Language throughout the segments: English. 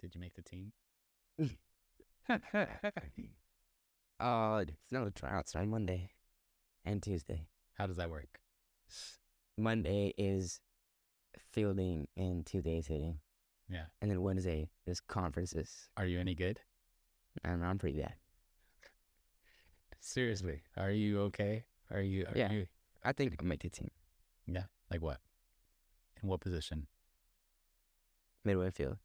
Did you make the team? Uh, it's not a tryout. It's on Monday and Tuesday. How does that work? Monday is fielding and Tuesday is hitting. Yeah. And then Wednesday is conferences. Are you any good? And I'm pretty bad. Seriously, are you okay? Are you? Are Yeah. You, I think I'll make the team. like what? In what position? Midway field.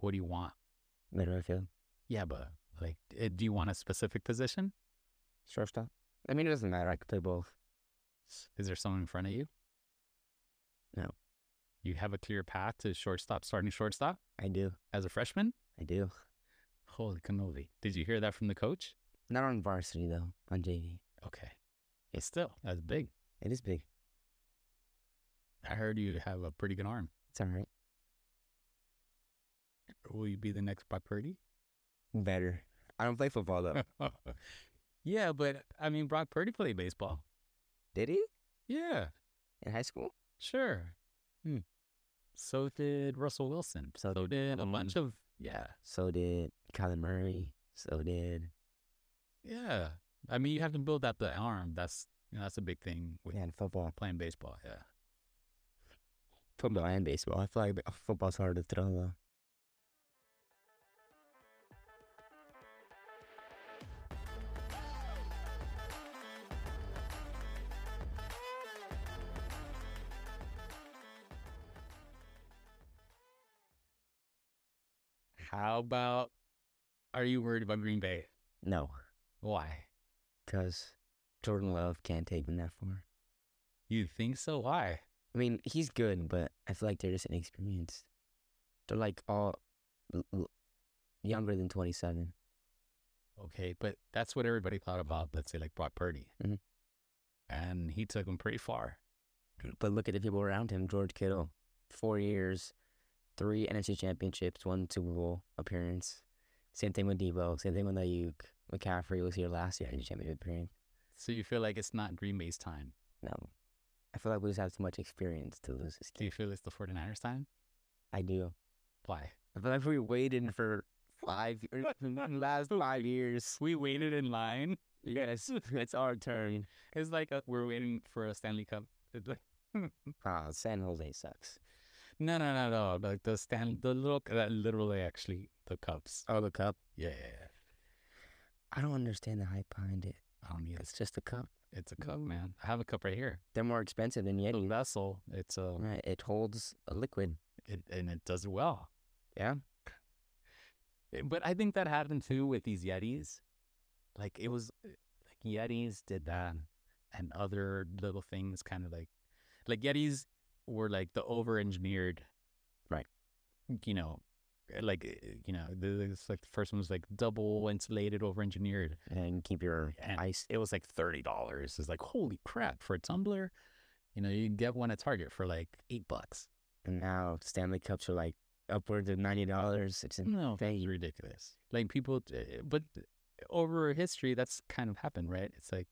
What do you want? Midway field. Yeah, but like, eh, do you want a specific position? Shortstop. I mean, it doesn't matter. I could play both. Is there someone in front of you? No. You have a clear path to shortstop, starting shortstop I do. as a freshman. I do. Holy cannoli! Did you hear that from the coach? Not on varsity, though, on JV. Okay. It's still that's big. It is big. I heard you have a pretty good arm. It's all right. Will you be the next Brock Purdy? Better. I don't play football, though. yeah, but I mean, Brock Purdy played baseball. Did he? Yeah, In high school? sure. Hmm. So did Russell Wilson. So So did a Wilson. bunch of Mm-hmm. yeah, So did Kyler Murray. So did. yeah. I mean, you have to build up the arm. That's you know, that's a big thing with Yeah, in football. playing baseball. Yeah. Football and baseball. I feel like ba- football's harder to throw, though. How about? Are you worried about Green Bay? No, Why? because Jordan Love can't take him that far. You think so? Why? I mean, he's good, but I feel like they're just inexperienced. They're like all l- l- younger than 27. Okay, but that's what everybody thought about, let's say, like Brock Purdy. Mhm. And he took him pretty far. But look at the people around him George Kittle, four years, three NFC championships, one Super Bowl appearance. Same thing with Debo, same thing with Ayuk. McCaffrey was here last year in the championship appearance. So you feel like it's not Green Bay's time. No. I feel like we just have too much experience to lose this Do game. you feel it's the 49ers' time? I do. Why? I feel like we waited for five years, last five years. We waited in line. Yes, it's our turn. It's like uh we're waiting for a Stanley Cup. It's like- Ah, San Jose sucks. No, no, no, no. Like the Stan, the little, that literally actually the cups. Oh, the cup. Yeah, yeah, yeah. I don't understand the hype behind it. I don't need it. It's just a cup. It's a cup, man. I have a cup right here. They're more expensive than It's a Yeti. vessel. It's uh, a, Right, it holds a liquid. it, and it does well. Yeah. Eh, But I think that happened too with these Yetis. Like it was eh, like Yetis did that and other little things kind of like like Yetis were like the over engineered Right. You know, eh, like eh, you know, the it's like the first one was like double insulated over engineered. And keep your And ice. it was like thirty dollars. It's like holy crap for a tumbler. You know, you can get one at Target for like eight bucks. And now Stanley Cups are like upwards of ninety dollars. It's in- No, Thank it's you. ridiculous. Like people, uh, but over history, that's kind of happened, right? It's like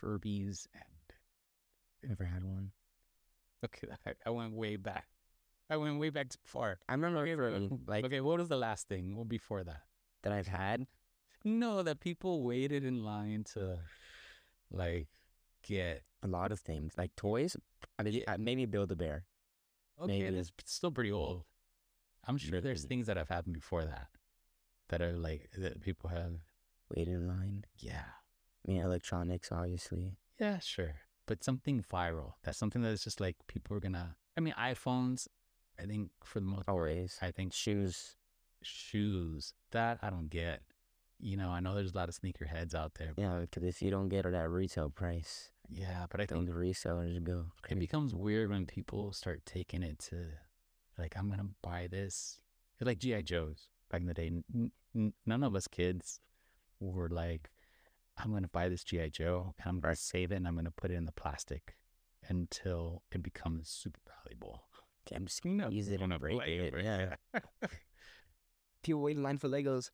Furbies and never had one. okay, I, I went way back. I went way back too far. I remember from, like okay, what was the last thing? Well, before that, that I've had. no, that people waited in line to like get. A lot of things like toys. I mean, uh, maybe Build a Bear. Okay, Maybe. that's still pretty old. I'm sure there's Maybe. things that have happened before that that are like that people have. Wait in line. Yeah. I mean, electronics, obviously. Yeah, sure. But something viral. That's something that is just like people are gonna. I mean, iPhones. I think for the most, Always. I think Shoes. shoes. That I don't get. You know, I know there's a lot of sneakerheads out there. Yeah, because if you don't get it at retail price, Yeah, but I then think the resellers go. it crazy. becomes weird when people start taking it to, like, I'm gonna buy this. It's like GI Joes back in the day. N- n- none of us kids were like, I'm gonna buy this GI Joe and I'm gonna save it and I'm gonna put it in the plastic until it becomes super valuable. I'm just No, use it on and a break play, it. but- Yeah. People wait in line for Legos.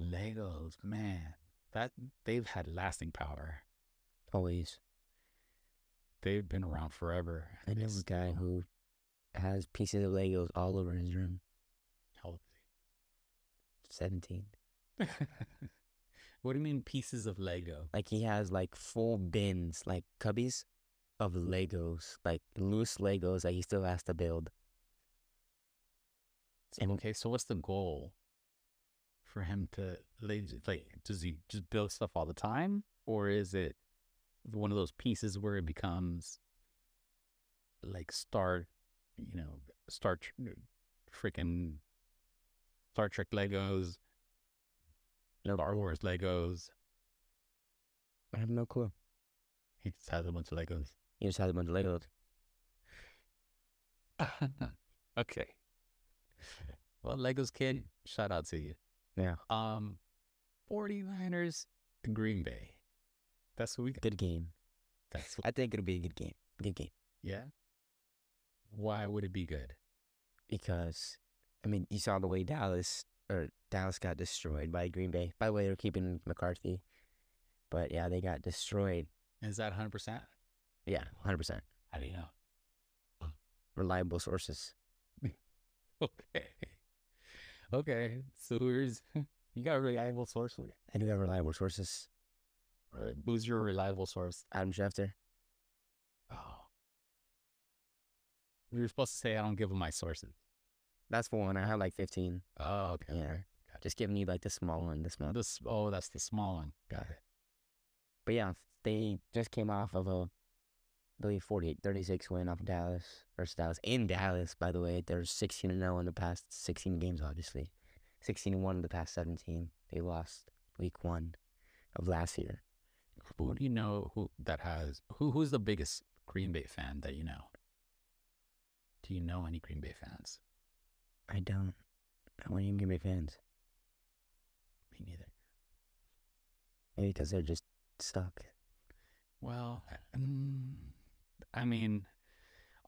Legos, man, that they've had lasting power. Always. They've been around forever. I and they know a guy still- who has pieces of Legos all over his room. How old Seventeen. is he? what do you mean pieces of Lego? Like he has like full bins, like cubbies of Legos, like loose Legos that he still has to build. And- okay, so what's the goal for him to like, like? Does he just build stuff all the time, or is it one of those pieces where it becomes like Star, you know, Star Tr- uh, freaking Star Trek Legos, Nope. Star Wars Legos? I have no clue. He just has a bunch of Legos. He just has a bunch of Legos. okay. Well, Legos kid, shout out to you. Yeah. Um, 49ers to Green Bay. That's what we got. Good game. That's what, I think it'll be a good game. Good game. yeah. Why would it be good? Because I mean you saw the way Dallas or Dallas got destroyed by Green Bay. By the way, they're keeping McCarthy. But yeah, they got destroyed. Is that 100%? Yeah, hundred percent. I don't know. Reliable sources. Okay. Okay. So here's, you got a reliable source? for it? I do have reliable sources. Right. Who's your reliable source? Adam Schefter. Oh. You were supposed to say I don't give them my sources. That's the one. I have like fifteen. Oh, okay. Yeah. okay. Got Just giving you like the small one this it. month. This, oh, that's the small one. Got it. But yeah, they just came off of a, I believe 48, 36 win off of Dallas versus Dallas in Dallas. By the way, they're sixteen and zero in the past sixteen games. Obviously, sixteen and one in the past seventeen. They lost week one of last year. Who do you know who that has who who's the biggest Green Bay fan that you know? Do you know any Green Bay fans? I don't. I wouldn't even give me fans. Me neither. Maybe because they're just stuck. Well, mm, I mean,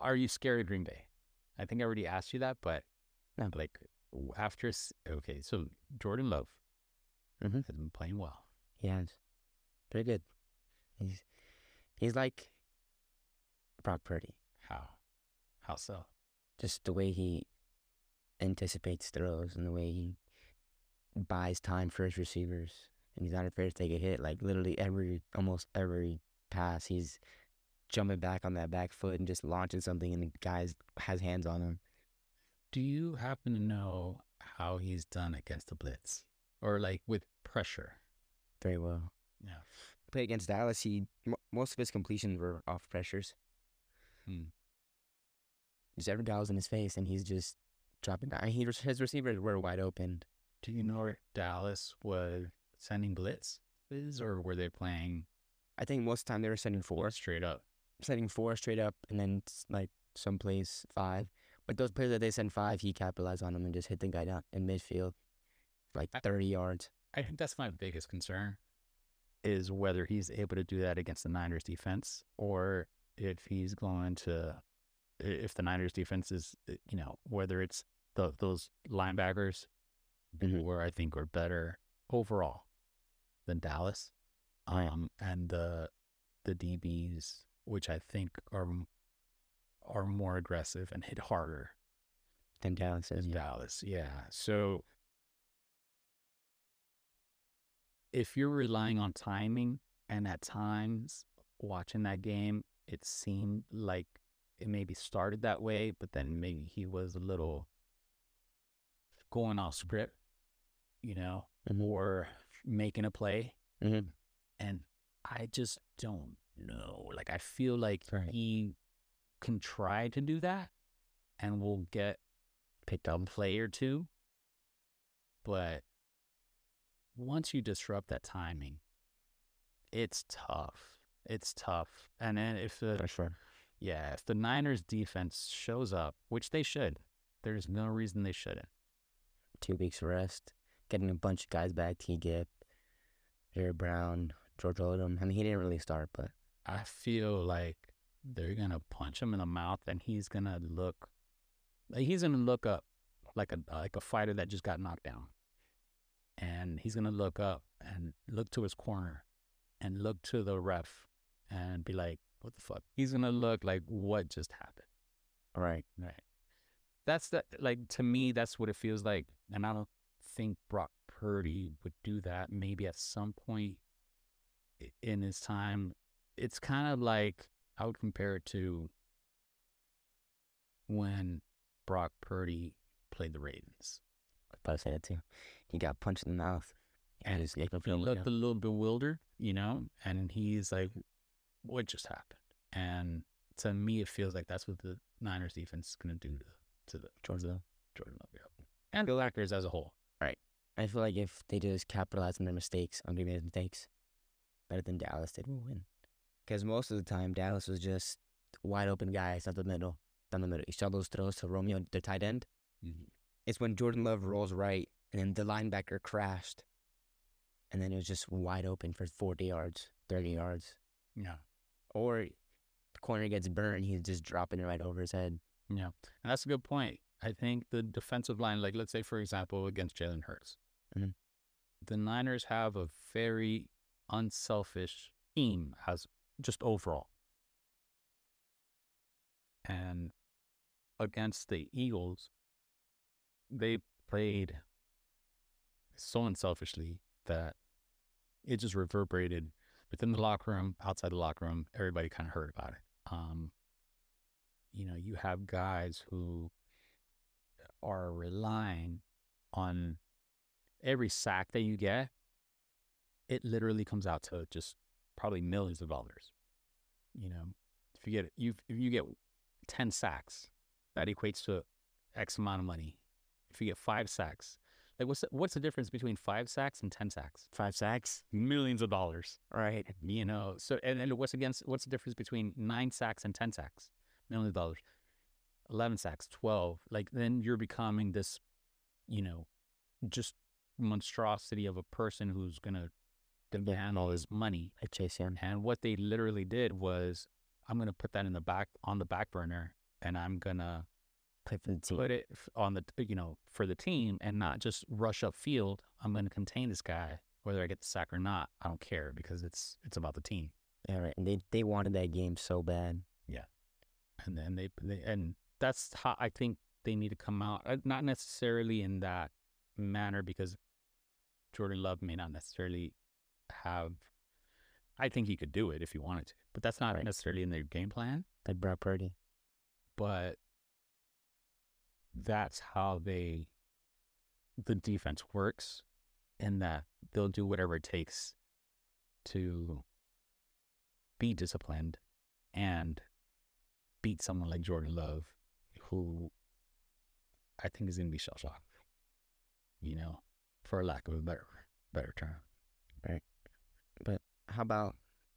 are you scared of Green Bay? I think I already asked you that, but No. like w- after s- okay, so Jordan Love Mhm. has been playing well. He has. Pretty good. He's he's like Brock Purdy. How? How so? Just the way he anticipates throws and the way he buys time for his receivers. And he's not afraid to take a hit. Like literally every almost every pass he's jumping back on that back foot and just launching something and the guy's has hands on him. Do you happen to know how he's done against the blitz or like with pressure? Very well. Yeah. Play against Dallas, he mo most of his completions were off pressures. Hmm. Just every guy was in his face, and he's just dropping down. He, his receivers were wide open. Do you know if Dallas was sending blitzes or were they playing I think most of the time they were sending four, straight up? sending four straight up, and then s- like some plays five. But those plays that they send five, he capitalized on them and just hit the guy down in midfield, like I- thirty yards. I think that's my biggest concern is whether he's able to do that against the Niners defense or if he's going to i- if the Niners defense is uh, you know whether it's the, those linebackers Mhm. where I think are better overall than Dallas Right. um and the the DBs which I think are m- are more aggressive and hit harder Then Dallas says, in yeah. Dallas. Yeah. So if you're relying on timing, and at times watching that game, it seemed like it maybe started that way, but then maybe he was a little going off script, you know, Mhm. or making a play. Mhm. And I just don't know. Like, I feel like Right. he can try to do that and will get picked up. play or two. But once you disrupt that timing, it's tough. It's tough. And then if the For sure. yeah, if the Niners defense shows up, which they should, there's no reason they shouldn't. two weeks rest, getting a bunch of guys back, T Gip, Jared Brown, George Odom. I mean, he didn't really start, but I feel like they're gonna punch him in the mouth, and he's gonna look like he's gonna look up like a like a fighter that just got knocked down, and he's gonna look up and look to his corner, and look to the ref, and be like, "What the fuck?" He's gonna look like, "What just happened?" all right. Right. That's that. Like to me, that's what it feels like. And I don't think Brock Purdy would do that. Maybe at some point i- in his time, it's kind of like I would compare it to when Brock Purdy played the Ravens. I was about to say that too. He got punched in the mouth. And his like, He looked a little bewildered, you know, and he's like, "What just happened?" And to me, it feels like that's what the Niners defense is going to do to, to the Georgia. though. Jordan Love yeah. and the Lakers as a whole. I feel like if they just capitalize on their mistakes, on Green Bay's mistakes, better than Dallas did, we'll win. Because most of the time, Dallas was just wide open guys up the middle, down the middle. You saw those throws to Romeo, their tight end. It's when Jordan Love rolls right, and then the linebacker crashed, and then it was just wide open for 40 yards, 30 yards. Yeah, Or the corner gets burned, he's just dropping it right over his head. yeah, and that's a good point. I think the defensive line, like let's say for example against Jalen Hurts, Mhm. the Niners have a very unselfish team as just overall, and against the Eagles, they played so unselfishly that it just reverberated within the locker room, outside the locker room. Everybody kind of heard about it. Um, you know, you have guys who are relying on every sack that you get. It literally comes out to just probably millions of dollars. You know, if you get you if you get ten sacks, that equates to X amount of money. If you get five sacks, like what's the, what's the difference between five sacks and ten sacks? Five sacks. Millions of dollars Right. you know so and, and what's against what's the difference between nine sacks and ten sacks million dollars 11 sacks 12 like then you're becoming this you know just monstrosity of a person who's gonna demand all his money I chase him. and what they literally did was i'm gonna put that in the back on the back burner and i'm gonna Play for the team. put it f- on the you know for the team and not just rush up field i'm gonna contain this guy whether i get the sack or not i don't care because it's it's about the team All right. And they, they wanted that game so bad. and then they, they and that's how I think they need to come out. Uh, Not necessarily in that manner because Jordan Love may not necessarily have. I think he could do it if he wanted to, but that's not Right. necessarily in their game plan. Like Brock Purdy. But that's how they, the defense works, in that they'll do whatever it takes to be disciplined and beat someone like Jordan Love, who I think is going to be shell shocked, you know, for lack of a better better term. how about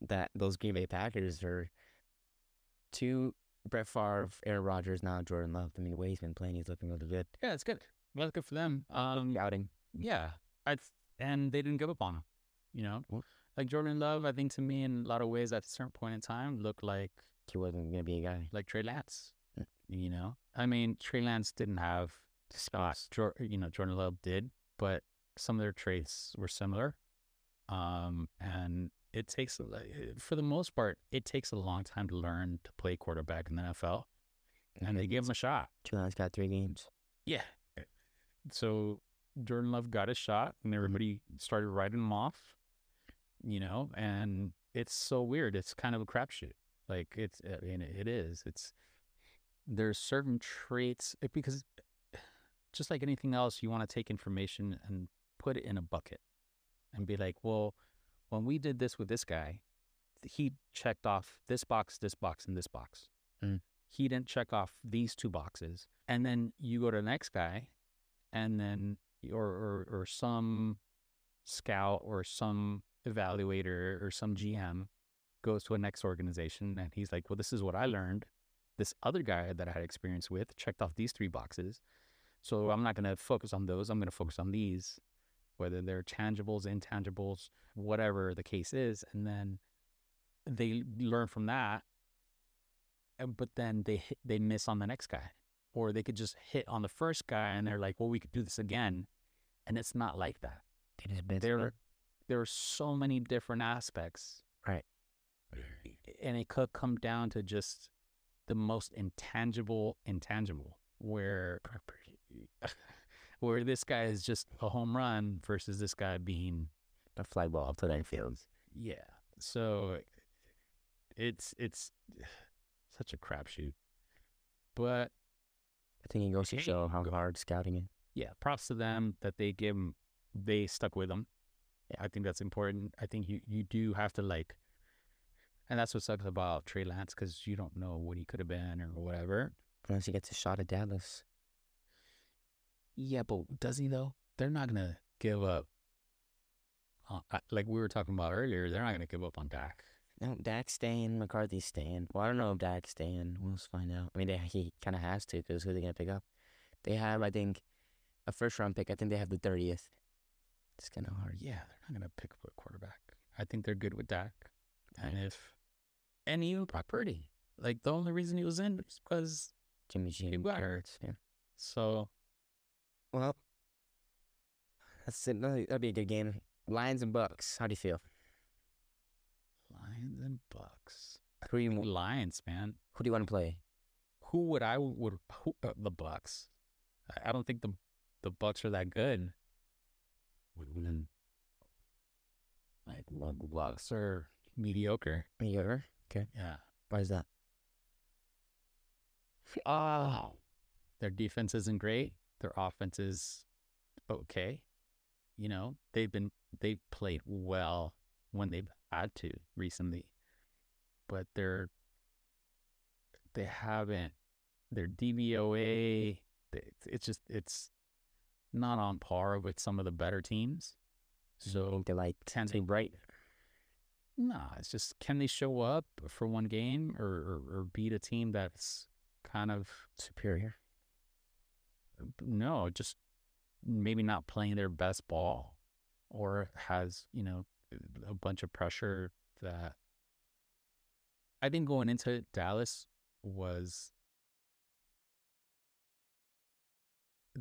that those Green Bay Packers are two Brett Favre, Aaron Rodgers, now Jordan Love. I mean, the way he's been playing, he's looking really good. Yeah, it's good. Well, good for them. Um, Scouting. Yeah, I th- and they didn't give up on him. You know, Well- like Jordan Love, I think to me in a lot of ways at a certain point in time looked like He wasn't gonna be a guy. like Trey Lance. Mm. You know, I mean Trey Lance didn't have spots. Jor- you know, Jordan Love did, but some of their traits were similar. Um, and it takes a li- for the most part, it takes a long time to learn to play quarterback in the NFL, and they gave him a shot. Jordan Love's got three games. Yeah. So Jordan Love got his shot and everybody started writing him off, you know, and it's so weird. It's kind of a crapshoot. Like it's, I mean, it is. It's, there's certain traits it- because eh, just like anything else, you want to take information and put it in a bucket and be like, well, when we did this with this guy, he checked off this box, this box, and this box. Mm. He didn't check off these two boxes. And then you go to the next guy, and then or or, or some scout or some evaluator or some GM goes to a next organization and he's like, well, this is what I learned. This other guy that I had experience with checked off these three boxes. So I'm not going to focus on those. I'm going to focus on these, whether they're tangibles, intangibles, whatever the case is. And then they learn from that. and- But then they hit, they miss on the next guy, or they could just hit on the first guy, and they're like, "Well, we could do this again," and it's not like that They just been there there are so many different aspects Right. and it could come down to just the most intangible intangible where where this guy is just a home run versus this guy being A fly ball up to nine fields. yeah. So it's it's such a crapshoot, but I think it goes to Hey. show how hard scouting is. yeah, props to them that they give 'em- they stuck with them. I think that's important. I think you you do have to like, and that's what sucks about Trey Lance because you don't know what he could have been or whatever. Unless he gets a shot at Dallas. Yeah, but does he though? They're not gonna give up. on- I- like we were talking about earlier, they're not gonna give up on Dak. No, Dak's staying. McCarthy's staying. Well, I don't know if Dak's staying. We'll just find out. I mean, they, he kind of has to because who they going to pick up? They have, I think, a first round pick. I think they have the 30th. It's kind of hard. Yeah, they're not gonna pick up a quarterback. I think they're good with Dak, and if and even Brock Purdy. Like the only reason he was in was because Jimmy G. He got hurts. Yeah. so Well, that's it. That'll that'll be a good game. Lions and Bucks. How do you feel? Lions and Bucks. Who, you, who Lions, man. do you want to play? Who would I would who, uh, the Bucks? I, I don't think the the Bucks are that good. Like the Bucks are mediocre. You ever? Yeah, Why is that? Oh. Their defense isn't great. Their offense is okay. You know, they've been they've played well when they've had to recently. But they're they haven't their DVOA they- it's just it's not on par with some of the better teams. So They're like Sounds too bright. Nah, it's just can they show up for one game or, or, or beat a team that's kind of Superior. no, just maybe not playing their best ball or has, you know, a bunch of pressure that I think going into it, Dallas was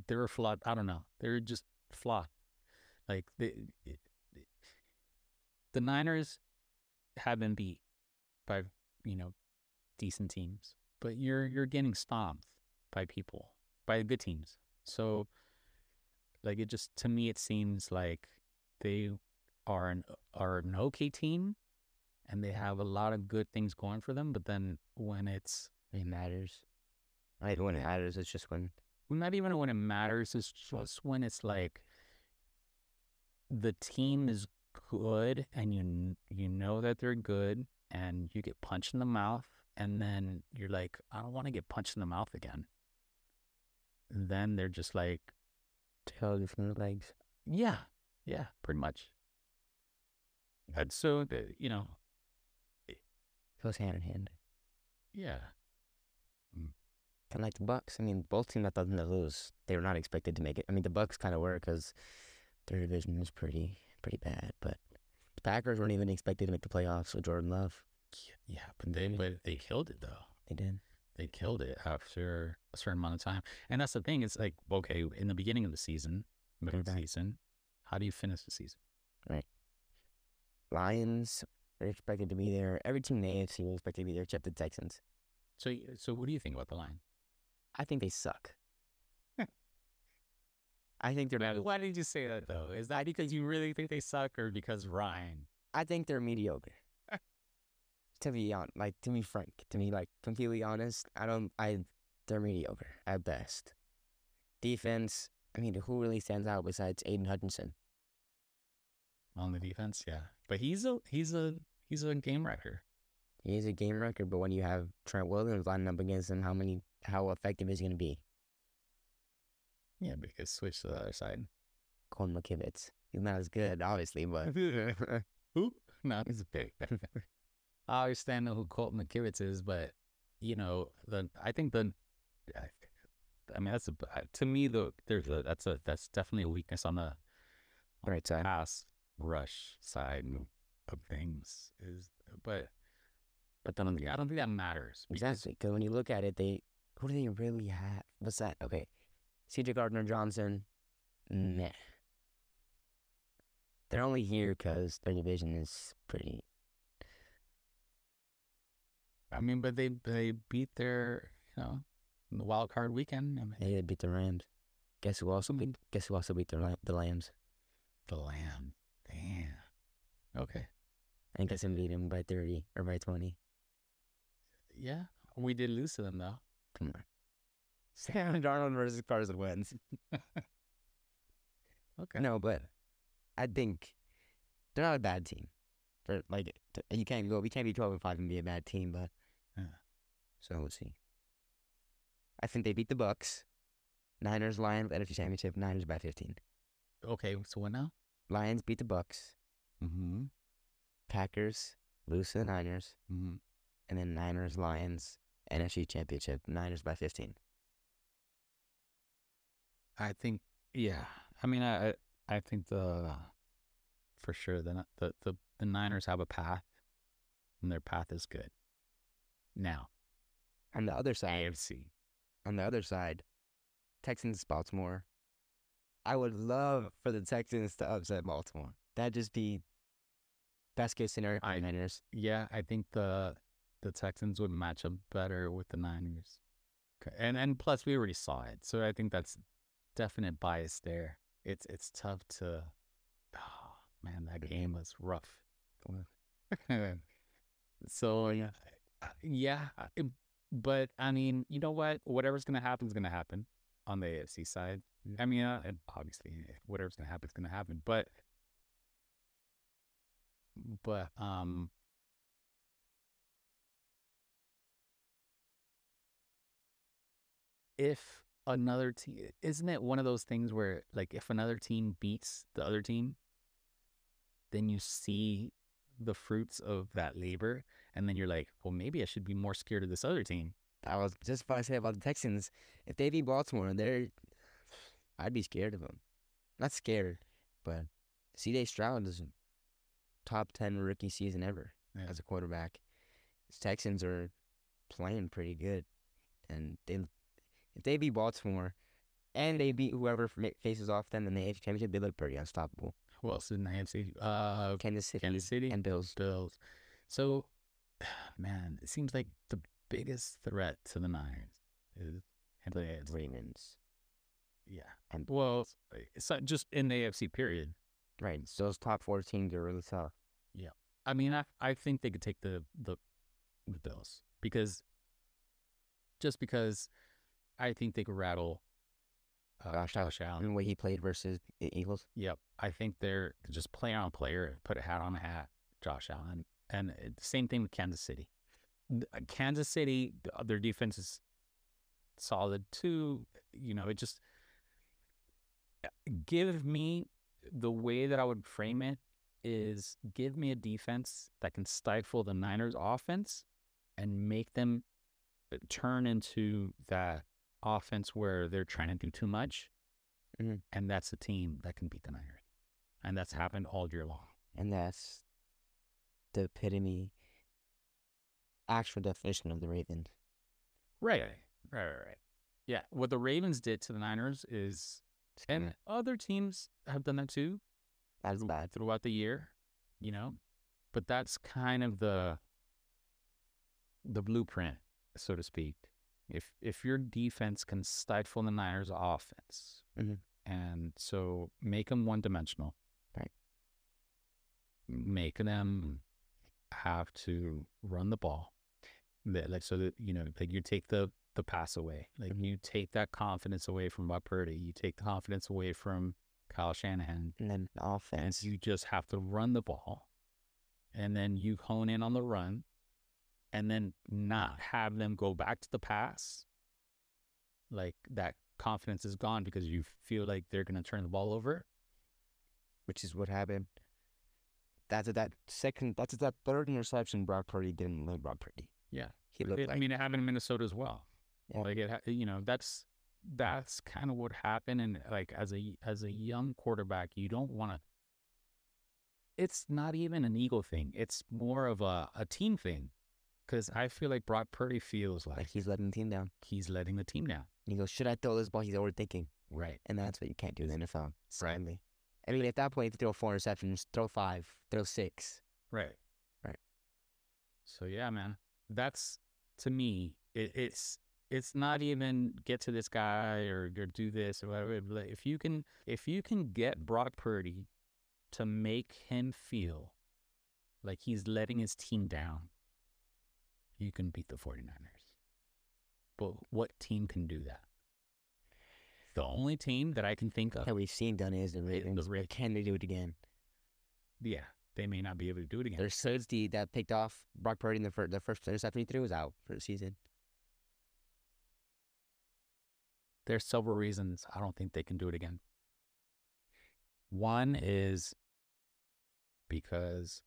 they were flawed. I don't know. They're just flawed. Like the the Niners have been beat by, you know, decent teams, but you're you're getting stomped by people by the good teams. So, like, it just to me, it seems like they are an are an okay team, and they have a lot of good things going for them. But then when it's It matters. I hate when it matters. It's just when not even when it matters, it's just when it's like the team is good, and you kn- you know that they're good, and you get punched in the mouth, and then you're like, I don't want to get punched in the mouth again. Then they're just like, tail between the legs. Yeah, yeah, pretty much. And so, the- you know, Goes hand in hand. yeah, Kind of like the Bucks. I mean, both teams that thought they lose, they were not expected to make it. I mean, the Bucks kind of were because their division was pretty pretty bad. But the Packers weren't even expected to make the playoffs with Jordan Love. yeah, but they Mhm. but they killed it though. They did. They killed it after a certain amount of time, and that's the thing. It's like okay, in the beginning of the season, middle of the Right. season, how do you finish the season? Lions are expected to be there. Every team in the AFC was expected to be there, except the Texans. So, y- so what do you think about the line? I think they suck. Hmm. I think they're not. Uh, Why did you say that though? Is that because you really think they suck, or because Ryan? I think they're mediocre. to be on, like to be frank, to be like completely honest, I don't. I they're mediocre at best. Defense. I mean, who really stands out besides Aiden Hutchinson? On the defense, yeah, but he's a he's a he's a game wrecker. He is a game record, but when you have Trent Williams lining up against him, how many? How effective is he going to be? Yeah, because switch to the other side. Colin McKivitz. He's not as good, obviously, but Who? No, he's a big. I understand who Colt McKivitz is, but you know, the I think the, I, I mean, that's a, to me the there's a that's a that's definitely a weakness on the right side. pass rush side of things is, but but then I don't think that matters. because- Exactly, because when you look at it, they who do they really have? What's that? Okay, C.J. Gardner Johnson, meh. They're only here because their division is pretty. I mean, but they they beat their you know in the wild card weekend. I mean, They beat the Rams. Guess who also beat? Guess who also beat the Lam- the Lambs? the Lamb. Damn. Okay. And guess who beat them by thirty or by twenty? Yeah. We did lose to them though. Come on. Sam Darnold versus Carson Wentz. Okay. No, but I think they're not a bad team. They're like t- you can't go. We can't be twelve and five and be a bad team, but Yeah. so we'll see. I think they beat the Bucks. Niners, Lions, NFC Championship. Niners by fifteen. Okay. So what now? Lions beat the Bucks. Mm-hmm. Packers lose to the Niners, mm-hmm. and then Niners, Lions, NFC Championship. Niners by fifteen. I think. Yeah. I mean, I I- I think the for sure the Ni- the the, the Niners have a path, and their path is good. Now On the other side, AFC. on the other side, Texans Baltimore. I would love for the Texans to upset Baltimore. That'd just be best case scenario for I- the Niners. Yeah, I think the the Texans would match up better with the Niners, 'Kay, and and plus we already saw it, so I think that's definite bias there. It's it's tough to, oh, man, that game was rough. so yeah, I- yeah, I- but I mean, you know what? Whatever's gonna happen is gonna happen on the AFC side. I mean, uh, and obviously, whatever's gonna happen is gonna happen, but but um. if another team isn't it one of those things where like if another team beats the other team then you see the fruits of that labor and then you're like well maybe i should be more scared of this other team I was just about to say about the Texans. If they beat Baltimore, they're I'd be scared of them. Not scared, but C.J. Stroud is top ten rookie season ever Yeah. as a quarterback. The Texans are playing pretty good, and they if they beat Baltimore and they beat whoever fa- faces off them in the AFC Championship, they look pretty unstoppable. who else in the AFC? uh Kansas City kansas city and Bills. bills so man it seems like the biggest threat to the niners is and the AFC. Ravens. yeah And- well it's not just in the afc period Right. So those top four teams are really tough. I mean, I I think they could take the the the Bills because just because I think they could rattle uh, Josh Allen. Allen. And the way he played versus the Eagles. Yep, I think they're just player on player, put a hat on a hat. Josh Allen, and it- same thing with Kansas City. Th- uh, Kansas City, th- uh, their defense is solid too. You know, it just uh, give me the way that I would frame it is give me a defense that can stifle the Niners offense and make them uh, turn into that offense where they're trying to do too much. Mhm. And that's a team that can beat the Niners. And that's happened all year long. And that's the epitome, actual definition of the Ravens. Right. Right, right, right, right. Yeah. What the Ravens did to the Niners is, and other teams have done that too That's thro- bad. throughout the year, you know, but that's kind of the, the blueprint, so to speak. If, if your defense can stifle the Niners offense Mhm. and so make them one dimensional, Right. Make them have to run the ball that like so that you know like you take the the pass away like Mhm. you take that confidence away from Bob Purdy you take the confidence away from Kyle Shanahan And then the and offense. you just have to run the ball and then you hone in on the run and then not have them go back to the pass like that confidence is gone because you feel like they're going to turn the ball over which is what happened. That's that second. That's that third interception. Brock Purdy didn't look Brock Purdy. Yeah. he looked It- I like mean, it happened in Minnesota as well. Yeah. Like it, ha- you know, that's that's kind of what happened. And like as a as a young quarterback, you don't want to. It's not even an ego thing. It's more of a, a team thing, because I feel like Brock Purdy feels like like he's letting the team down. he's letting the team down. And he goes, "Should I throw this ball?" He's overthinking, Right. and that's what you can't do in the NFL. Sadly, I mean, at that point, if you throw four interceptions, throw five, throw six. Right. Right. So yeah, man, that's to me. It, it's it's not even get to this guy or, or do this or whatever. But if you can, if you can get Brock Purdy to make him feel like he's letting his team down, you can beat the 49ers. But what team can do that? The only team that I can think of. Yeah, we've seen done it is the Ravens. Ravens. Can they do it again? Yeah, they may not be able to do it again. Their safety that picked off Brock Purdy in the, fir- the first interception he threw was out for the season. there's several reasons I don't think they can do it again. One is because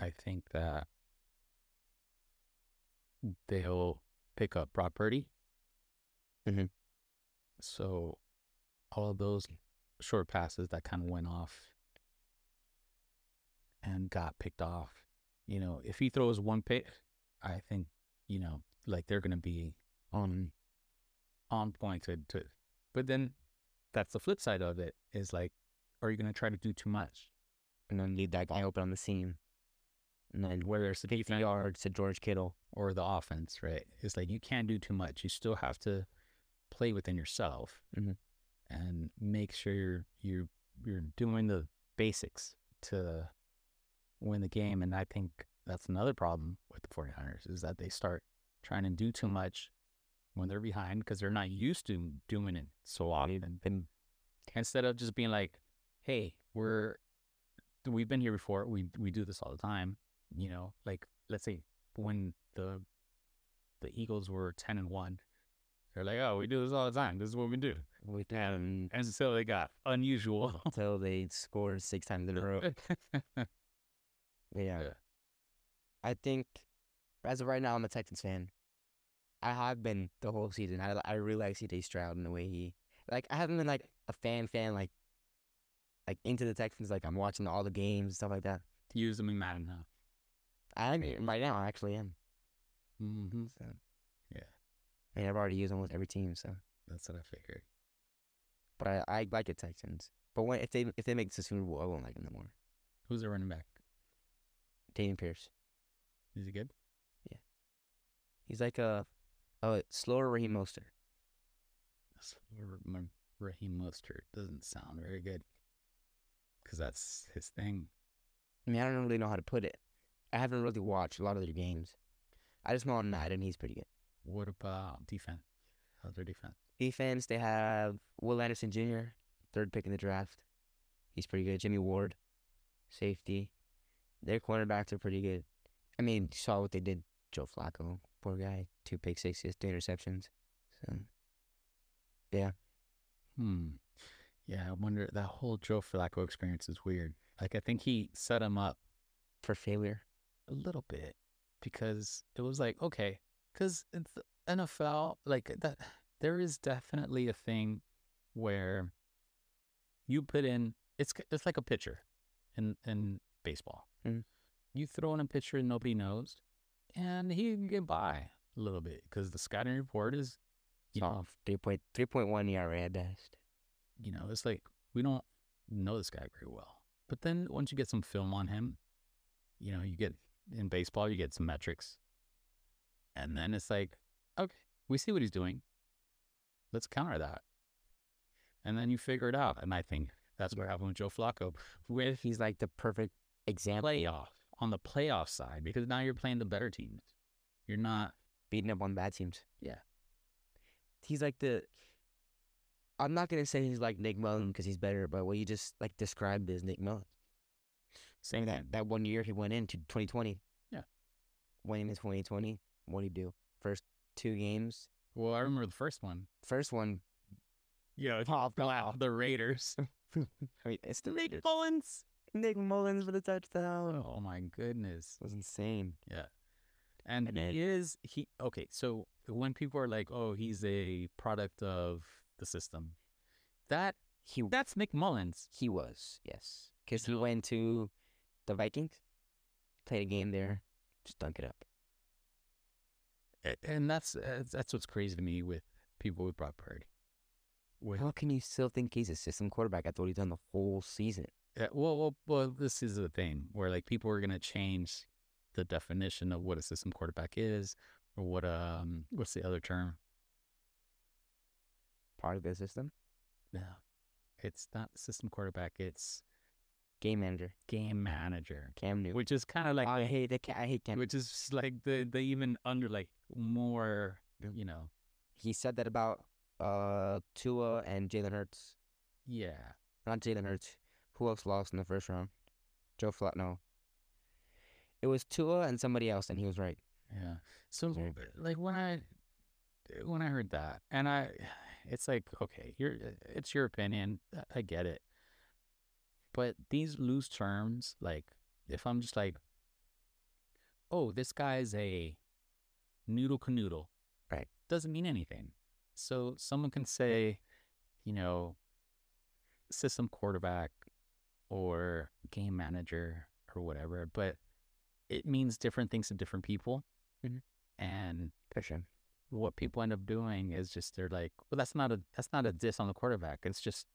I think that they'll pick up Brock Purdy. Mhm. So all of those short passes that kind of went off and got picked off. You know, if he throws one pick, I think, you know, like they're going to be Um, on on point to, to but then that's the flip side of it is like are you going to try to do too much And then leave that guy open on the seam. And then whether it's the fifty defense yards to George Kittle. or the offense right it's like you can't do too much you still have to play within yourself Mhm. and make sure you're you're you're doing the basics to win the game and i think that's another problem with the 49ers is that they start trying to do too much when they're behind because they're not used to doing it so often And instead of just being like, "Hey, we're we've been here before. We we do this all the time." You know, like let's say when the the Eagles were ten and one, they're like, "Oh, we do this all the time. This is what we do." with them And so they got unusual. until they scored six times in a row. Yeah. Yeah. I think as of right now, I'm a Texans fan. I have been the whole season. I I really like CJ Stroud and the way he like. I haven't been like a fan fan like like into the Texans. Like I'm watching all the games and stuff like that. Use them in Madden, huh? I am right now. I actually am. Mm-hmm. So Yeah. and I've already used almost every team. So, That's what I figured. but I, I like the Texans. But when if they if they make the Super Bowl, I won't like them no more. Who's their running back? Damian Pierce. Is he good? He's like a a slower Raheem Mostert. That's where my- Raheem Mostert doesn't sound very good. Because that's his thing. I mean, I don't really know how to put it. I haven't really watched a lot of their games. I just know on night, and he's pretty good. What about defense? How's their defense? Defense, they have Will Anderson Jr., third pick in the draft. He's pretty good. Jimmy Ward, safety. Their cornerbacks are pretty good. I mean, you saw what they did. Joe Flacco, poor guy, two pick sixes, three interceptions. So Hmm. Yeah, I wonder. That whole Joe Flacco experience is weird. Like, I think he set him up for failure, a little bit because it was like, okay, because it's the NFL, like, that there is definitely a thing where you put in, it's, k- it's like a pitcher in, in baseball. Mhm. You throw in a pitcher and nobody knows, and he can get by a little bit because the scouting report is you know, soft, three point three point one ERA at best. you know, it's like we don't know this guy very well. But then once you get some film on him, you know, you get in baseball, you get some metrics. And then it's like, okay, we see what he's doing. Let's counter that. And then you figure it out. And I think that's what happened with Joe Flacco with He's like the perfect example, playoff on the playoff side, because now you're playing the better teams. You're not beating up on bad teams. Yeah. He's like the. I'm not gonna say he's like Nick Mullen because he's better, but what you just like described is Nick Mullen. saying That that one year he went into 2020. Yeah. Went into 2020. What do you do? First two games. Well, I remember the first one. First one. Yeah, the Raiders. I mean, it's the Raiders. Mullins. Nick Mullins for the touchdown. Oh my goodness. It was insane. And And it- he is he okay, so when people are like, Oh, he's a product of the system, that He that's Nick Mullins. he was yes because he went to the Vikings, played a game there, just dunk it up. A- And that's uh, that's what's crazy to me with people with Brock Purdy. With How can you still think he's a system quarterback after what he's done the whole season? uh, well, well well this is the thing where like people are gonna change the definition of what a system quarterback is or what um what's the other term? part of the system. No, it's not system quarterback. It's Game manager, game manager, Cam Newton. which is kind of like I hate the ca- I hate Cam. which is like the the even under like more Yeah. you know he said that about uh Tua and Jalen Hurts. yeah Not Jalen Hurts. Who else lost in the first round? Joe Flacco. No. It was Tua and somebody else, and he was right. yeah so Yeah. like when i when i heard that and i it's like okay you're uh, it's your opinion I- i get it but these loose terms like if i'm just like oh this guy's a noodle canoodle Right. doesn't mean anything so someone can say you know system quarterback or game manager or whatever but it means different things to different people Mhm. and For sure. what people end up doing is just they're like, well, that's not a that's not a diss on the quarterback. It's just,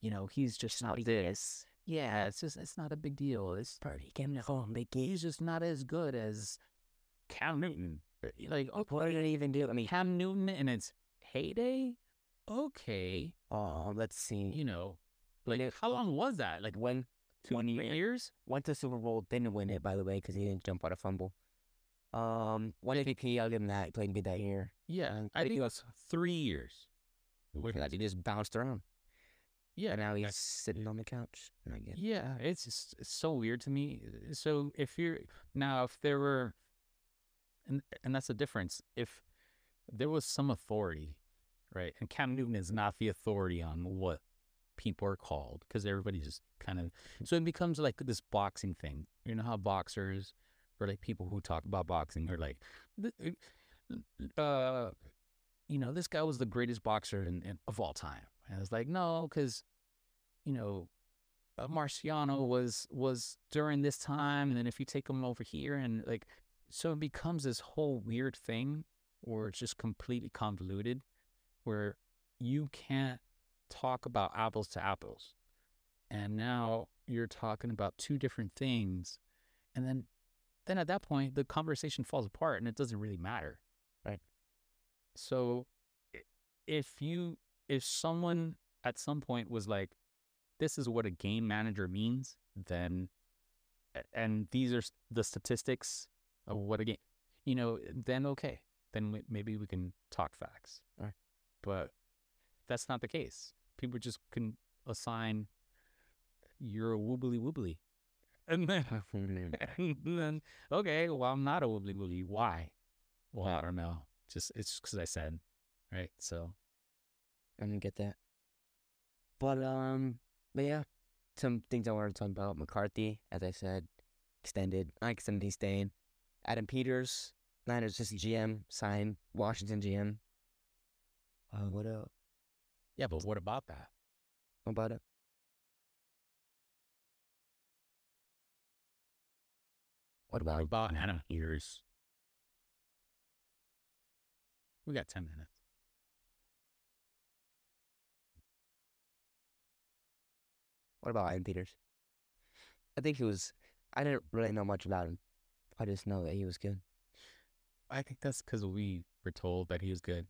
you know, he's just not this. Yeah, it's just it's not a big deal. It's party came home. Big he's just not as good as Cam Newton. Like, oh, What did he even do? I mean, Cam Newton in its heyday. Okay, oh, let's see. you know, When like it- how long was that? Like When two when he- years? went to Super Bowl, didn't win it by the way because he didn't jump out a fumble. Um, one MVP, I'll give him that. He played good that year. Yeah, And I pretty think it was three years. Look at that, He just bounced around, Yeah, and now he's that's- sitting on the couch. Not good. Yeah, it's just it's so weird to me. eh, So if you're now, if there were, and and that's the difference. If there was some authority, right? And Cam Newton is not the authority on what people are called because everybody just kind of. So it becomes like this boxing thing. You know how boxers or like people who talk about boxing are like, "Th- eh, uh, you know, this guy was the greatest boxer in, in, of all time. And it's like, no, because, you know, uh, Marciano was was during this time, and then if you take him over here, and like, so it becomes this whole weird thing, where it's just completely convoluted, where you can't talk about apples to apples, and now you're talking about two different things, and then then at that point the conversation falls apart, and it doesn't really matter, Right. So, i- if you if someone at some point was like this is what a game manager means, then, a- and these are s- the statistics of what a game, you know, then okay, then we, maybe we can talk facts. Right. But that's not the case. People just can assign you're a woobly woobly. And then, and then, okay, well, I'm not a woobly woobly. Why? Well, I don't know. Just, it's because I said, right? So, I didn't get that. But um, but yeah, some things I wanted to talk about: McCarthy, as I said, extended. I extended he's staying. Adam Peters, Niners just GM sign. Washington GM. Uh, what else yeah, but what about that? about it? What about it? about Adam Peters? We got 10 minutes. What about Adam Peters? I think he was. I didn't really know much about him. I just know that he was good. I think that's because we were told that he was good.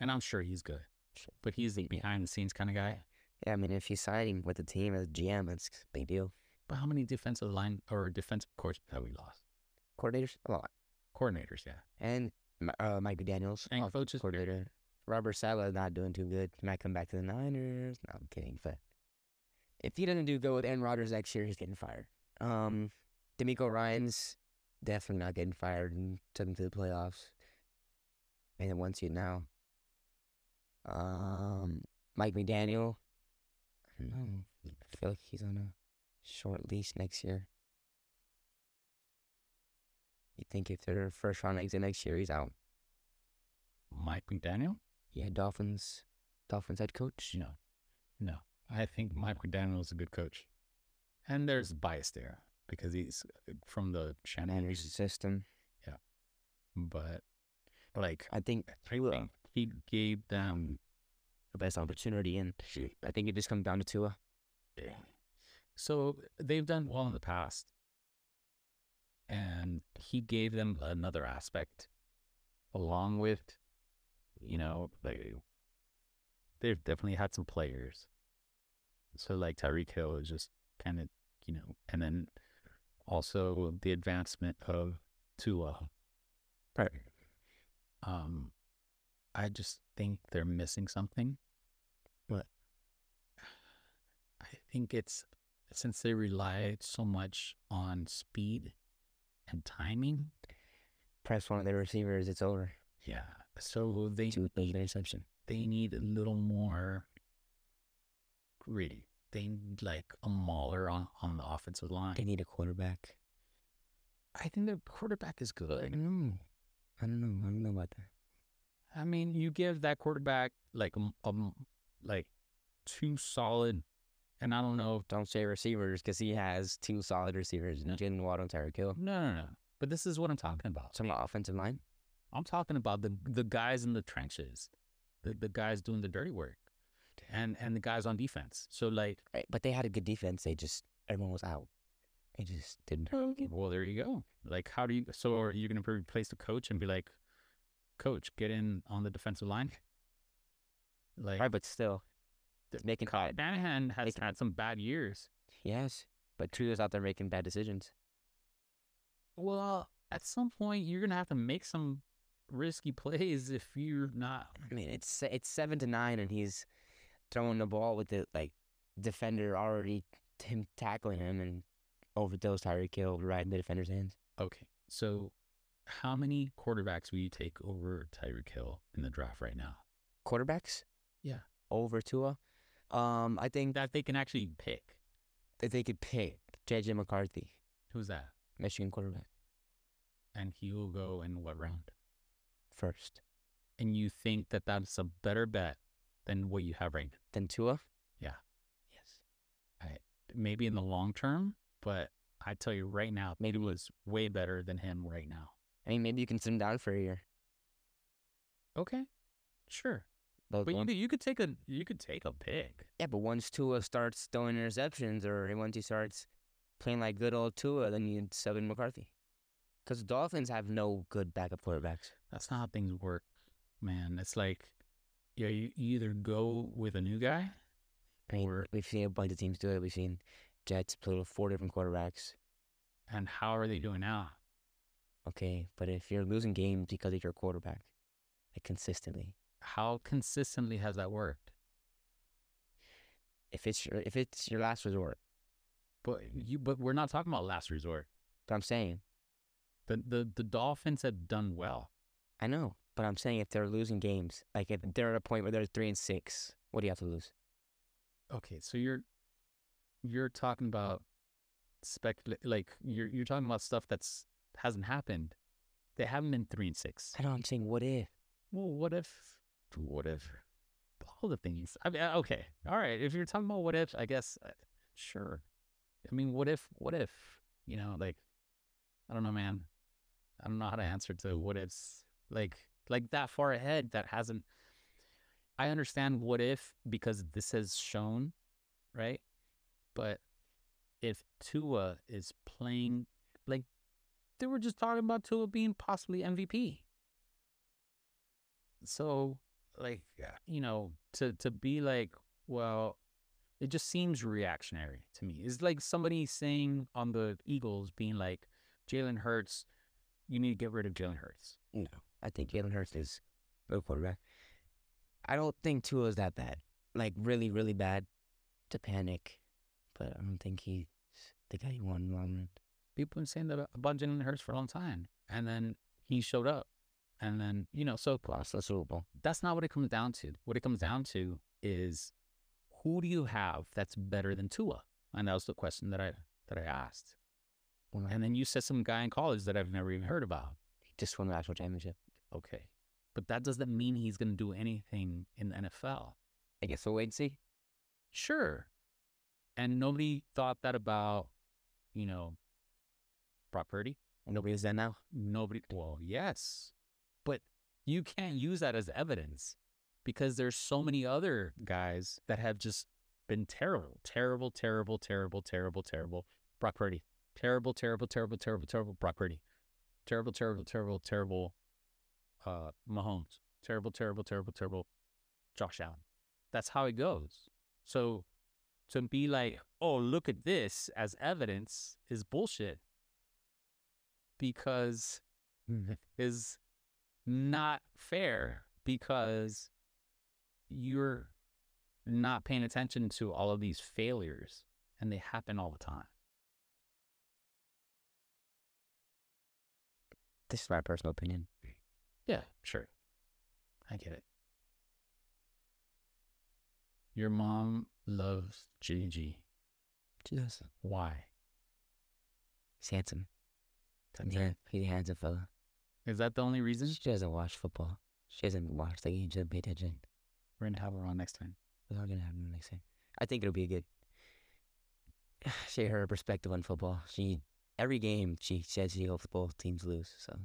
And I'm sure he's good. Sure. But he's the behind the scenes kind of guy. Yeah, I mean, if he's signing with the team as GM, it's a big deal. But how many defensive line or defensive course that we lost? Coordinators, a lot. Coordinators, yeah. and M- uh, Mike Daniels, And coaches. coordinator. Robert Sala not doing too good. Might come back to the Niners. No, I'm kidding. But if he doesn't do good with Aaron Rodgers next year, he's getting fired. Um, D'Amico Ryan's definitely not getting fired and took him to the playoffs. And it wants you now. Um, Mike McDaniel. I don't know. I feel like he's on a short leash next year. You think if they're first round exit next year, he's out. Mike McDaniel? Yeah, Dolphins. Dolphins head coach. No. No. I think Mike McDaniel is a good coach. And there's bias there because he's uh, from the Shanahan. Niners system. But like, I think I will. think he gave them the best opportunity, and I think it just comes down to Tua. So they've done well in the past. And he gave them another aspect along with, you know, like they've definitely had some players. So like Tyreek Hill is just kind of you know, and then also the advancement of Tua. Right. Um, I just think they're missing something. But I think it's since they rely so much on speed and timing. Press one of their receivers, it's over. Yeah. So they Two big interception. they need a little more gritty. They need like a mauler on, on the offensive They line. need a quarterback. I think their quarterback is I good. don't know. I don't know. I don't know about that. I mean, you give that quarterback like um, um like two solid, and I don't know. Don't say receivers because he has two solid receivers, No. Jalen Waddle and Tyreek Hill. No, no, no. But this is what I'm talking about. Some offensive line. I'm talking about the the guys in the trenches, the the guys doing the dirty work, and and the guys on defense. So like, Right, but they had a good defense. They just everyone was out. They just didn't. well, there you go. Like, how do you? So are you going to replace the coach and be like, coach, get in on the defensive line? Like, Right, but still, The- making Kyle Shanahan has Like- had some bad years. yes, but Tua's out there making bad decisions. Well, at some point, you're going to have to make some risky plays if you're not. I mean, it's se- it's seven to nine, and he's throwing the ball with the like defender already t- him tackling him and overdose Tyreek Hill right in the defender's hands. Okay. So, how many quarterbacks will you take over Tyreek Hill in the draft right now? Quarterbacks, Yeah. over Tua. Um, I think That they can actually pick. that they could pick JJ McCarthy, Who's that? Michigan quarterback, And he will go in what round? first. And you think that that's a better bet than what you have right now? Then Tua. Yeah. Yes. Maybe in the long term, but I tell you right now, maybe was way better than him right now. I mean, maybe you can sit him down for a year. Okay. Sure. But But you one- could, you could take a you could take a pick. yeah, but once Tua starts throwing interceptions or once he starts playing like good old Tua, then you sub in McCarthy. Because Dolphins have no good backup quarterbacks. That's not how things work, man. It's like you, know, you either go with a new guy. I mean, Or- we've seen a bunch of teams do it. We've seen Jets play with four different quarterbacks. And how are they doing now? Okay, but if you're losing games because of your quarterback, like consistently, How consistently has that worked? if it's your, if it's your last resort, But you but we're not talking about last resort. but I'm saying, The the, the Dolphins have done well. I know, but I'm saying if they're losing games, like if they're at a point where they're three and six, what do you have to lose? Okay, so you're you're talking about specula- like you're you're talking about stuff that's hasn't happened. They haven't been three and six. I know. I'm saying, what if? Well, what if? What if? All the things. I mean, uh, okay, all right. If you're talking about what ifs, I guess, uh, sure. I mean, what if? What if? You know, like, I don't know, man. I don't know how to answer to what ifs. Like, like that far ahead that hasn't. I understand what if because this has shown, right? But if Tua is playing, like, they were just talking about Tua being possibly MVP so like you know to to be like well it just seems reactionary to me it's like somebody saying on the eagles being like jalen hurts you need to get rid of jalen hurts No, I think Jalen Hurts is a good quarterback. I don't think Tua is that bad. Like really, really bad to panic, but I don't think he's the guy you want in the long run. people been saying that about jalen hurts for a long time and then he showed up and then you know so Plus the Super Bowl. that's not what it comes down to what it comes down to is who do you have that's better than tua and that was the question that i that i asked Won the- and then you said some guy in college that i've never even heard about he just won the actual championship. Okay. But that doesn't mean he's going to do anything in the NFL. I guess we'll wait and see. Sure. And nobody thought that about, you know, Brock Purdy. Nobody is there now. Nobody, well, yes. But you can't use that as evidence because there's so many other guys that have just been terrible, terrible, terrible, terrible, terrible, terrible. Brock Purdy. Terrible, terrible, terrible, terrible, terrible. Brock Purdy. Terrible, terrible, terrible, terrible. Uh, Mahomes. Terrible, terrible, terrible, terrible. Josh Allen. That's how it goes. So to be like, oh, look at this as evidence is bullshit because is not fair because you're not paying attention to all of these failures and they happen all the time. This is my personal opinion. Yeah, sure. I get it. Your mom loves Gigi. Just Why? he's handsome. Yeah, he's a handsome fella. Is that the only reason? She doesn't watch football. She doesn't watch the game. She doesn't pay attention. We're going to have her on next time. We're not gonna have him next time. I think it'll be a good. Share her perspective on football. She every game she says she hopes both teams lose. So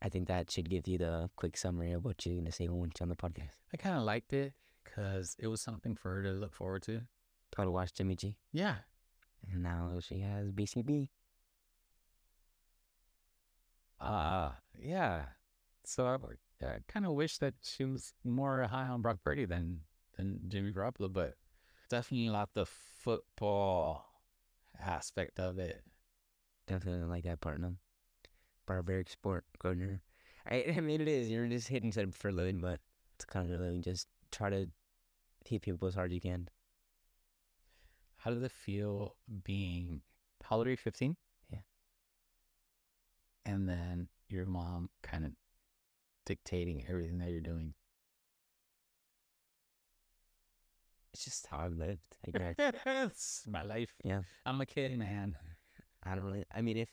I think that should give you the quick summary of what you're gonna say when she's on the podcast. I kind of liked it because it was something for her to look forward to. Taught her to watch Jimmy G, Yeah. and now she has BCB. Uh, yeah. So I, I kind of wish that she was more high on Brock Purdy than than Jimmy Garoppolo, but definitely not the football aspect of it. Definitely don't like that part, no. Barbaric sport, Gardner. I, I mean, it is. You're just hitting some for a living, but it's kind of a living. Just try to hit people as hard as you can. How does it feel being how old are you, 15? Yeah. And then your mom kind of dictating everything that you're doing. It's just how I've lived. I guess. It's my life. Yeah. I'm a kid, man. I don't really. I mean, if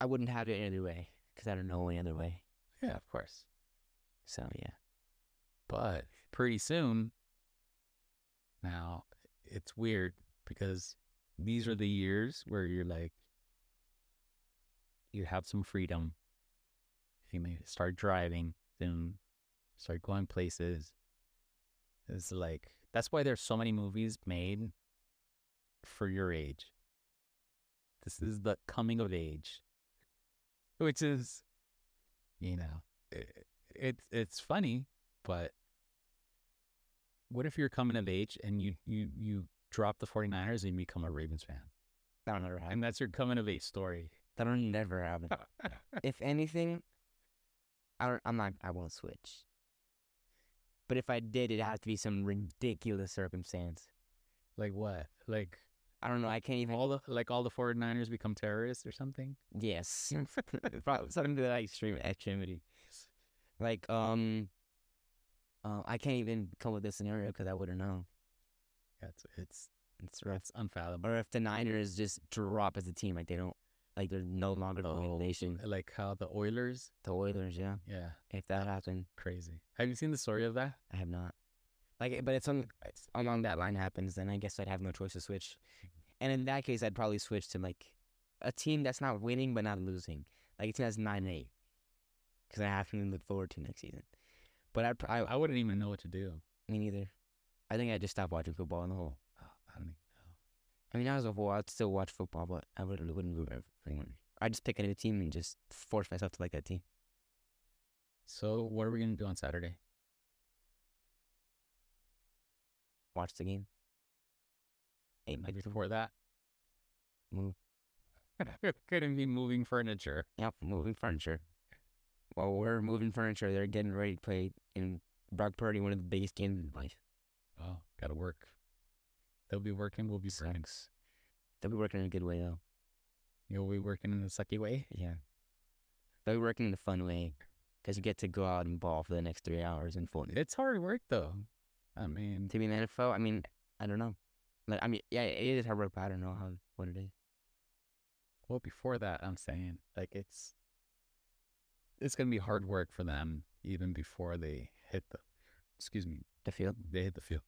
I wouldn't have it any other way, because I don't know any other way. Yeah, of course. So yeah, But pretty soon, now it's weird because these are the years where you're like, you have some freedom. You may start driving soon, start going places. It's like, that's why there's so many movies made for your age. This is the coming of age, which is, you know, it, it's it's funny but what if you're coming of age and you you you drop the 49ers and you become a Ravens fan? that'll never happen. And that's your coming of age story. That'll never happen. if anything, I don't, I'm not. I won't switch. But if I did, it'd have to be some ridiculous circumstance. like what? Like I don't know. I can't even. all the like all the 49ers become terrorists or something? Yes, Probably something to that extreme extremity. Like um, uh, I can't even come with this scenario because I wouldn't know. Yeah, it's it's It's rough. it's unfathomable. or if the Niners just drop as a team, like they don't, like they're no longer the Oh. nation. Like how the Oilers, The Oilers, yeah. yeah, If that happened, crazy. Have you seen the story of that? I have not. Like, but if something along that line happens, then I guess I'd have no choice to switch. And in that case, I'd probably switch to like a team that's not winning but not losing, like a team that's nine and eight, because I have to look forward to next season. But I'd, pr- I, I I wouldn't even know what to do. me neither. I think I'd just stop watching football in the whole. Oh, I don't even know. I mean, as a whole, I'd still watch football, but I wouldn't wouldn't root for anyone. I'd just pick a new team and just force myself to like that team. So what are we gonna do on Saturday? Watch the game. Hey, And my- Before that, Move. couldn't be moving furniture. Yep, moving furniture. While we're moving furniture, they're getting ready to play in Brock Purdy, one of the biggest games in life. Oh, gotta work. They'll be working. We'll be working. Sucks. They'll be working in a good way though. You'll be working in the sucky way. Yeah. They'll be working in a fun way because you get to go out and ball for the next three hours in full. It's hard work though. I mean, To be in the NFL, I mean, I don't know. Like, I mean, yeah, it is hard work, but I don't know how what it is. well, before that, I'm saying like it's it's gonna be hard work for them even before they hit the excuse me The field. they hit the field.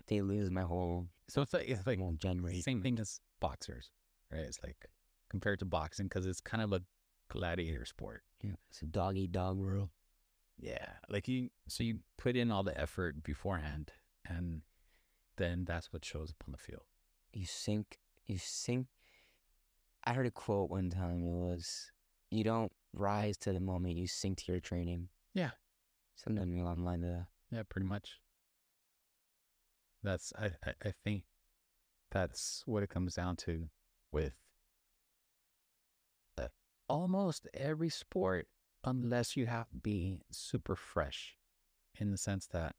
If they lose my whole So it's like it's like whole January. same thing as boxers, right? It's like compared to boxing because it's kind of a gladiator sport. Yeah, it's a dog eat dog world. Yeah, like you. So you put in all the effort beforehand, and then that's what shows up on the field. You sink. You sink. I heard a quote one time. It was, "You don't rise to the moment. You sink to your training." Yeah. Something along the line of uh, that. Yeah, pretty much. That's I, I, I think that's what it comes down to with uh, almost every sport, unless you have to be super fresh, in the sense that,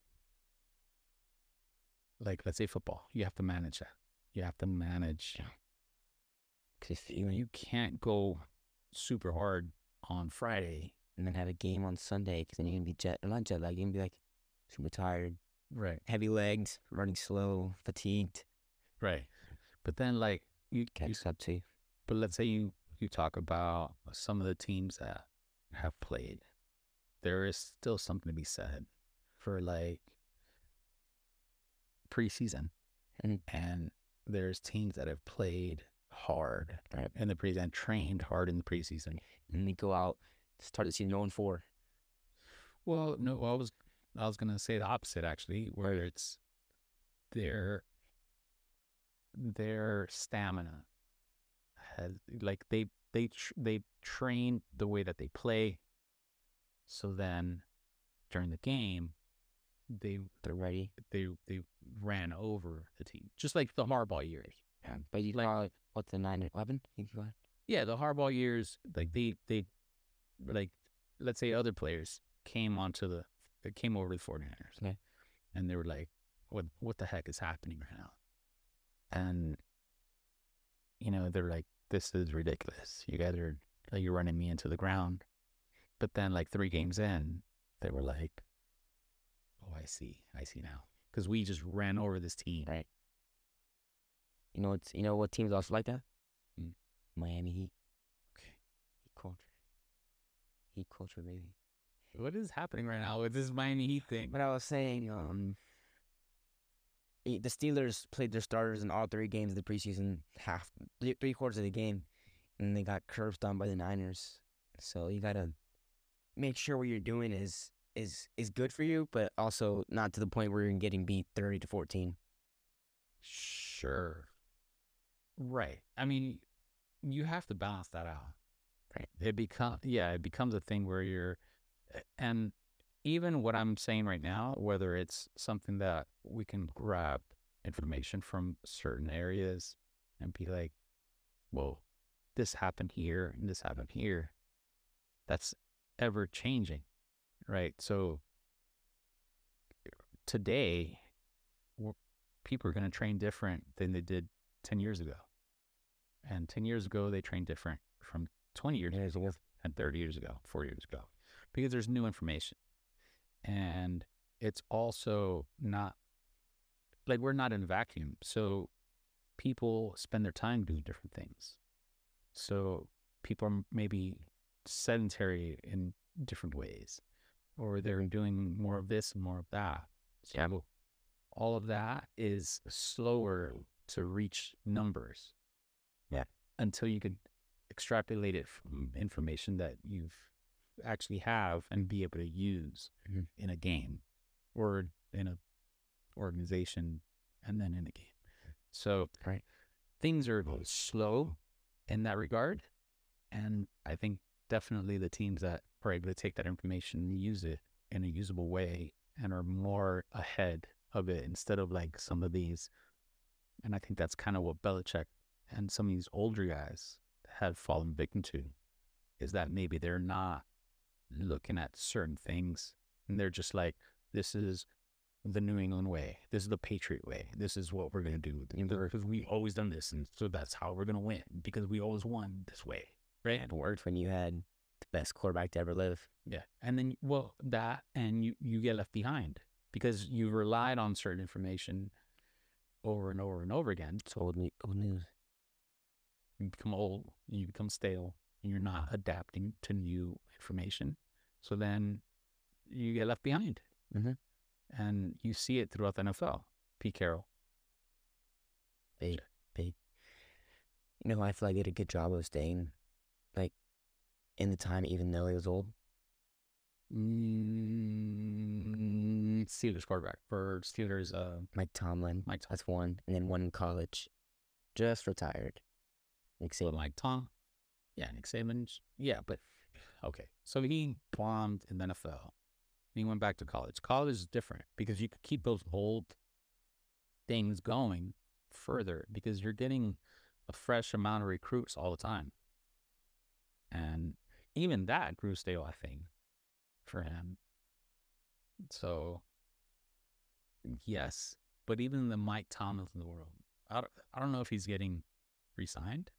like, let's say football, you have to manage that. You have to manage. Because if you, You can't go super hard on Friday, and then have a game on Sunday, because then you're gonna be jet, or not jet lag. You're gonna be like super tired, right? heavy legged, running slow, fatigued. Right. But then, like, you, you Catch up to you. But let's say you, you talk about some of the teams that have played. There is still something to be said for like preseason. Mhm. And there's teams that have played hard Right. in the preseason, trained hard in the preseason. And they go out, start the season 0 and 4. Well, no, I was I was gonna say the opposite actually, where it's their their stamina has like they they tr- they train the way that they play, so then during the game they They're ready. they they ran over the team, just like the Harbaugh years. Yeah. But you Like- like, what's the 9 11? You can go ahead. Yeah, the Harbaugh years, like they they like let's say other players came onto the they came over to the 49ers. Okay. And they were like, What what the heck is happening right now? And you know, they're like, This is ridiculous. You guys are like you're running me into the ground. But then like three games in, they were like, Oh, I see. I see now. Because we just ran over this team. Right. You know what's, you know what teams also like that? Mm. Miami Heat. Okay. Heat culture. Heat culture, baby. What is happening right now with this Miami Heat thing? But I was saying, um, eh, the Steelers played their starters in all three games of the preseason, half, three, three quarters of the game, and they got curbs on by the Niners. So you gotta make sure what you're doing is is is good for you, but also not to the point where you're getting beat thirty to fourteen. Sure. Right. I mean, you have to balance that out. Right. It become yeah, it becomes a thing where you're and even what I'm saying right now, whether it's something that we can grab information from certain areas and be like, whoa, this happened here and this happened here. That's ever changing. Right. So today people are going to train different than they did 10 years ago. And 10 years ago, they trained different from 20 years ago and 30 years ago, 40 years ago, because there's new information. And it's also not like we're not in a vacuum. So people spend their time doing different things. So people are maybe sedentary in different ways, or they're doing more of this and more of that. Mm-hmm. Yeah. So all of that is slower to reach numbers. Yeah. Until you can extrapolate it from information that you've actually have and be able to use Mhm. in a game or in a organization and then in a game. So Right. things are slow in that regard. And I think definitely the teams that are able to take that information and use it in a usable way and are more ahead of it instead of like some of these. And I think that's kind of what Belichick and some of these older guys have fallen victim to is that maybe they're not looking at certain things and they're just like, this is the New England way. This is the Patriot way. This is what we're going to do Yeah, they're- because we always done this. And so that's how we're going to win because we always won this way. Right. It worked when you had the best quarterback to ever live. Yeah. And then, well, that, and you, you get left behind because you relied on certain information over and over and over again. It's old, new, old news. You become old, you become stale, and you're not adapting to new information. So then you get left behind. Mhm. And you see it throughout the NFL. Pete Carroll. Big, big. You know, I feel like they did a good job of staying, like, in the time, even though he was old. Mm, Steelers quarterback for Steelers, uh, Mike Tomlin. Mike Tom. That's one. And then one in college. Just retired. Nick So Saban. Mike Tom. Yeah, Nick Saban. Yeah, but okay. So he bombed in the NFL. and he went back to college. College is different because you could keep those old things going further because you're getting a fresh amount of recruits all the time. And even that grew stale, I think, for him. So, yes, but even the Mike Tomlin in the world, I don't, I don't know if he's getting re signed.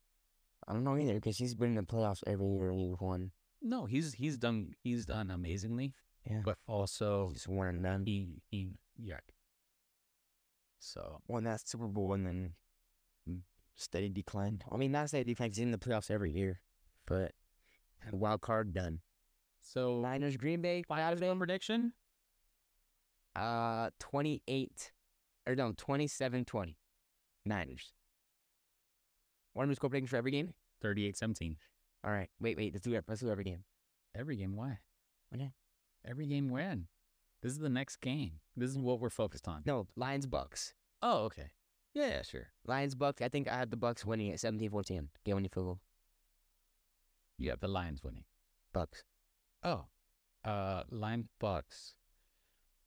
I don't know either because he's been in the playoffs every year and you've won. No, he's he's done he's done amazingly, Yeah. but also He's one and done. Oh. he he yeah. So Won that Super Bowl and then mm, steady decline. I mean, not steady decline. 'cause He's in the playoffs every year, but wild card done. so Niners, Green Bay, playoff game prediction. uh, 28, or no, 27 20. Niners. Want to do score predictions for every game? 38-17. All right. Wait, wait. Let's do it. Let's do every game. Every game, why? Okay. Every game, when? This is the next game. This is what we're focused on. No, Lions, Bucks. Oh, okay. Yeah, yeah, sure. Lions, Bucks. I think I have the Bucks winning at 17 14. Game winning field goal. You have the Lions winning. Bucks. Oh, uh, Lions Bucks.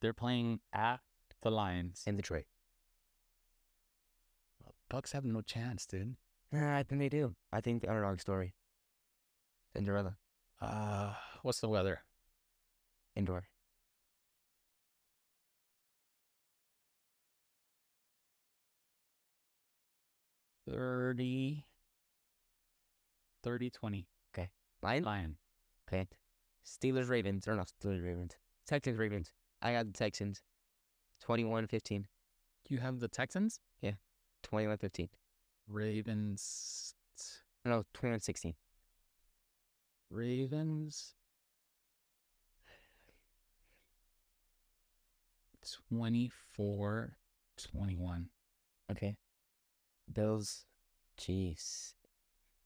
They're playing at the Lions. In Detroit. Bucks have no chance, dude. Nah, Uh, I think they do. I think the underdog story. Cinderella. Uh, what's the weather? Indoor. Thirty. Thirty twenty. Lions? Lion. Okay. Steelers, Ravens. Or not Steelers, Ravens. Texans, Ravens. I got the Texans. 21 15. You have the Texans? 21 15. Ravens. No, 21 16. Ravens. 24 21. Okay. Bills, Chiefs.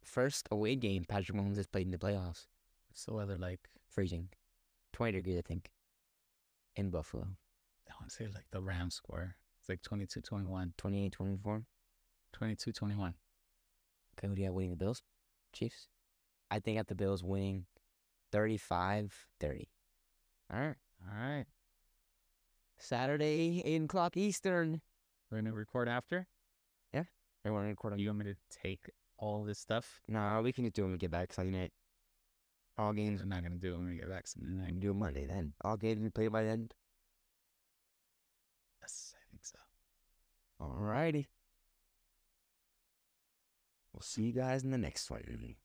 First away game Patrick Mahomes has played in the playoffs. What's the weather like? Freezing. 20 degrees, I think. In Buffalo. I want to say like the Rams score. It's like 22 21. 28 24. 22 21. Okay, who do you have winning the Bills? Chiefs? I think I have the Bills winning 35 30. All right. All right. Saturday, 8 o'clock Eastern. We're going to record after. Everyone record on You want me to take all this stuff? No, we can just do it when we get back Sunday night. All games. I'm not going to do it when we get back Sunday We night. can do it Monday then. All games we play by then. Yes, I think so. Alrighty. We'll see you guys in the next one.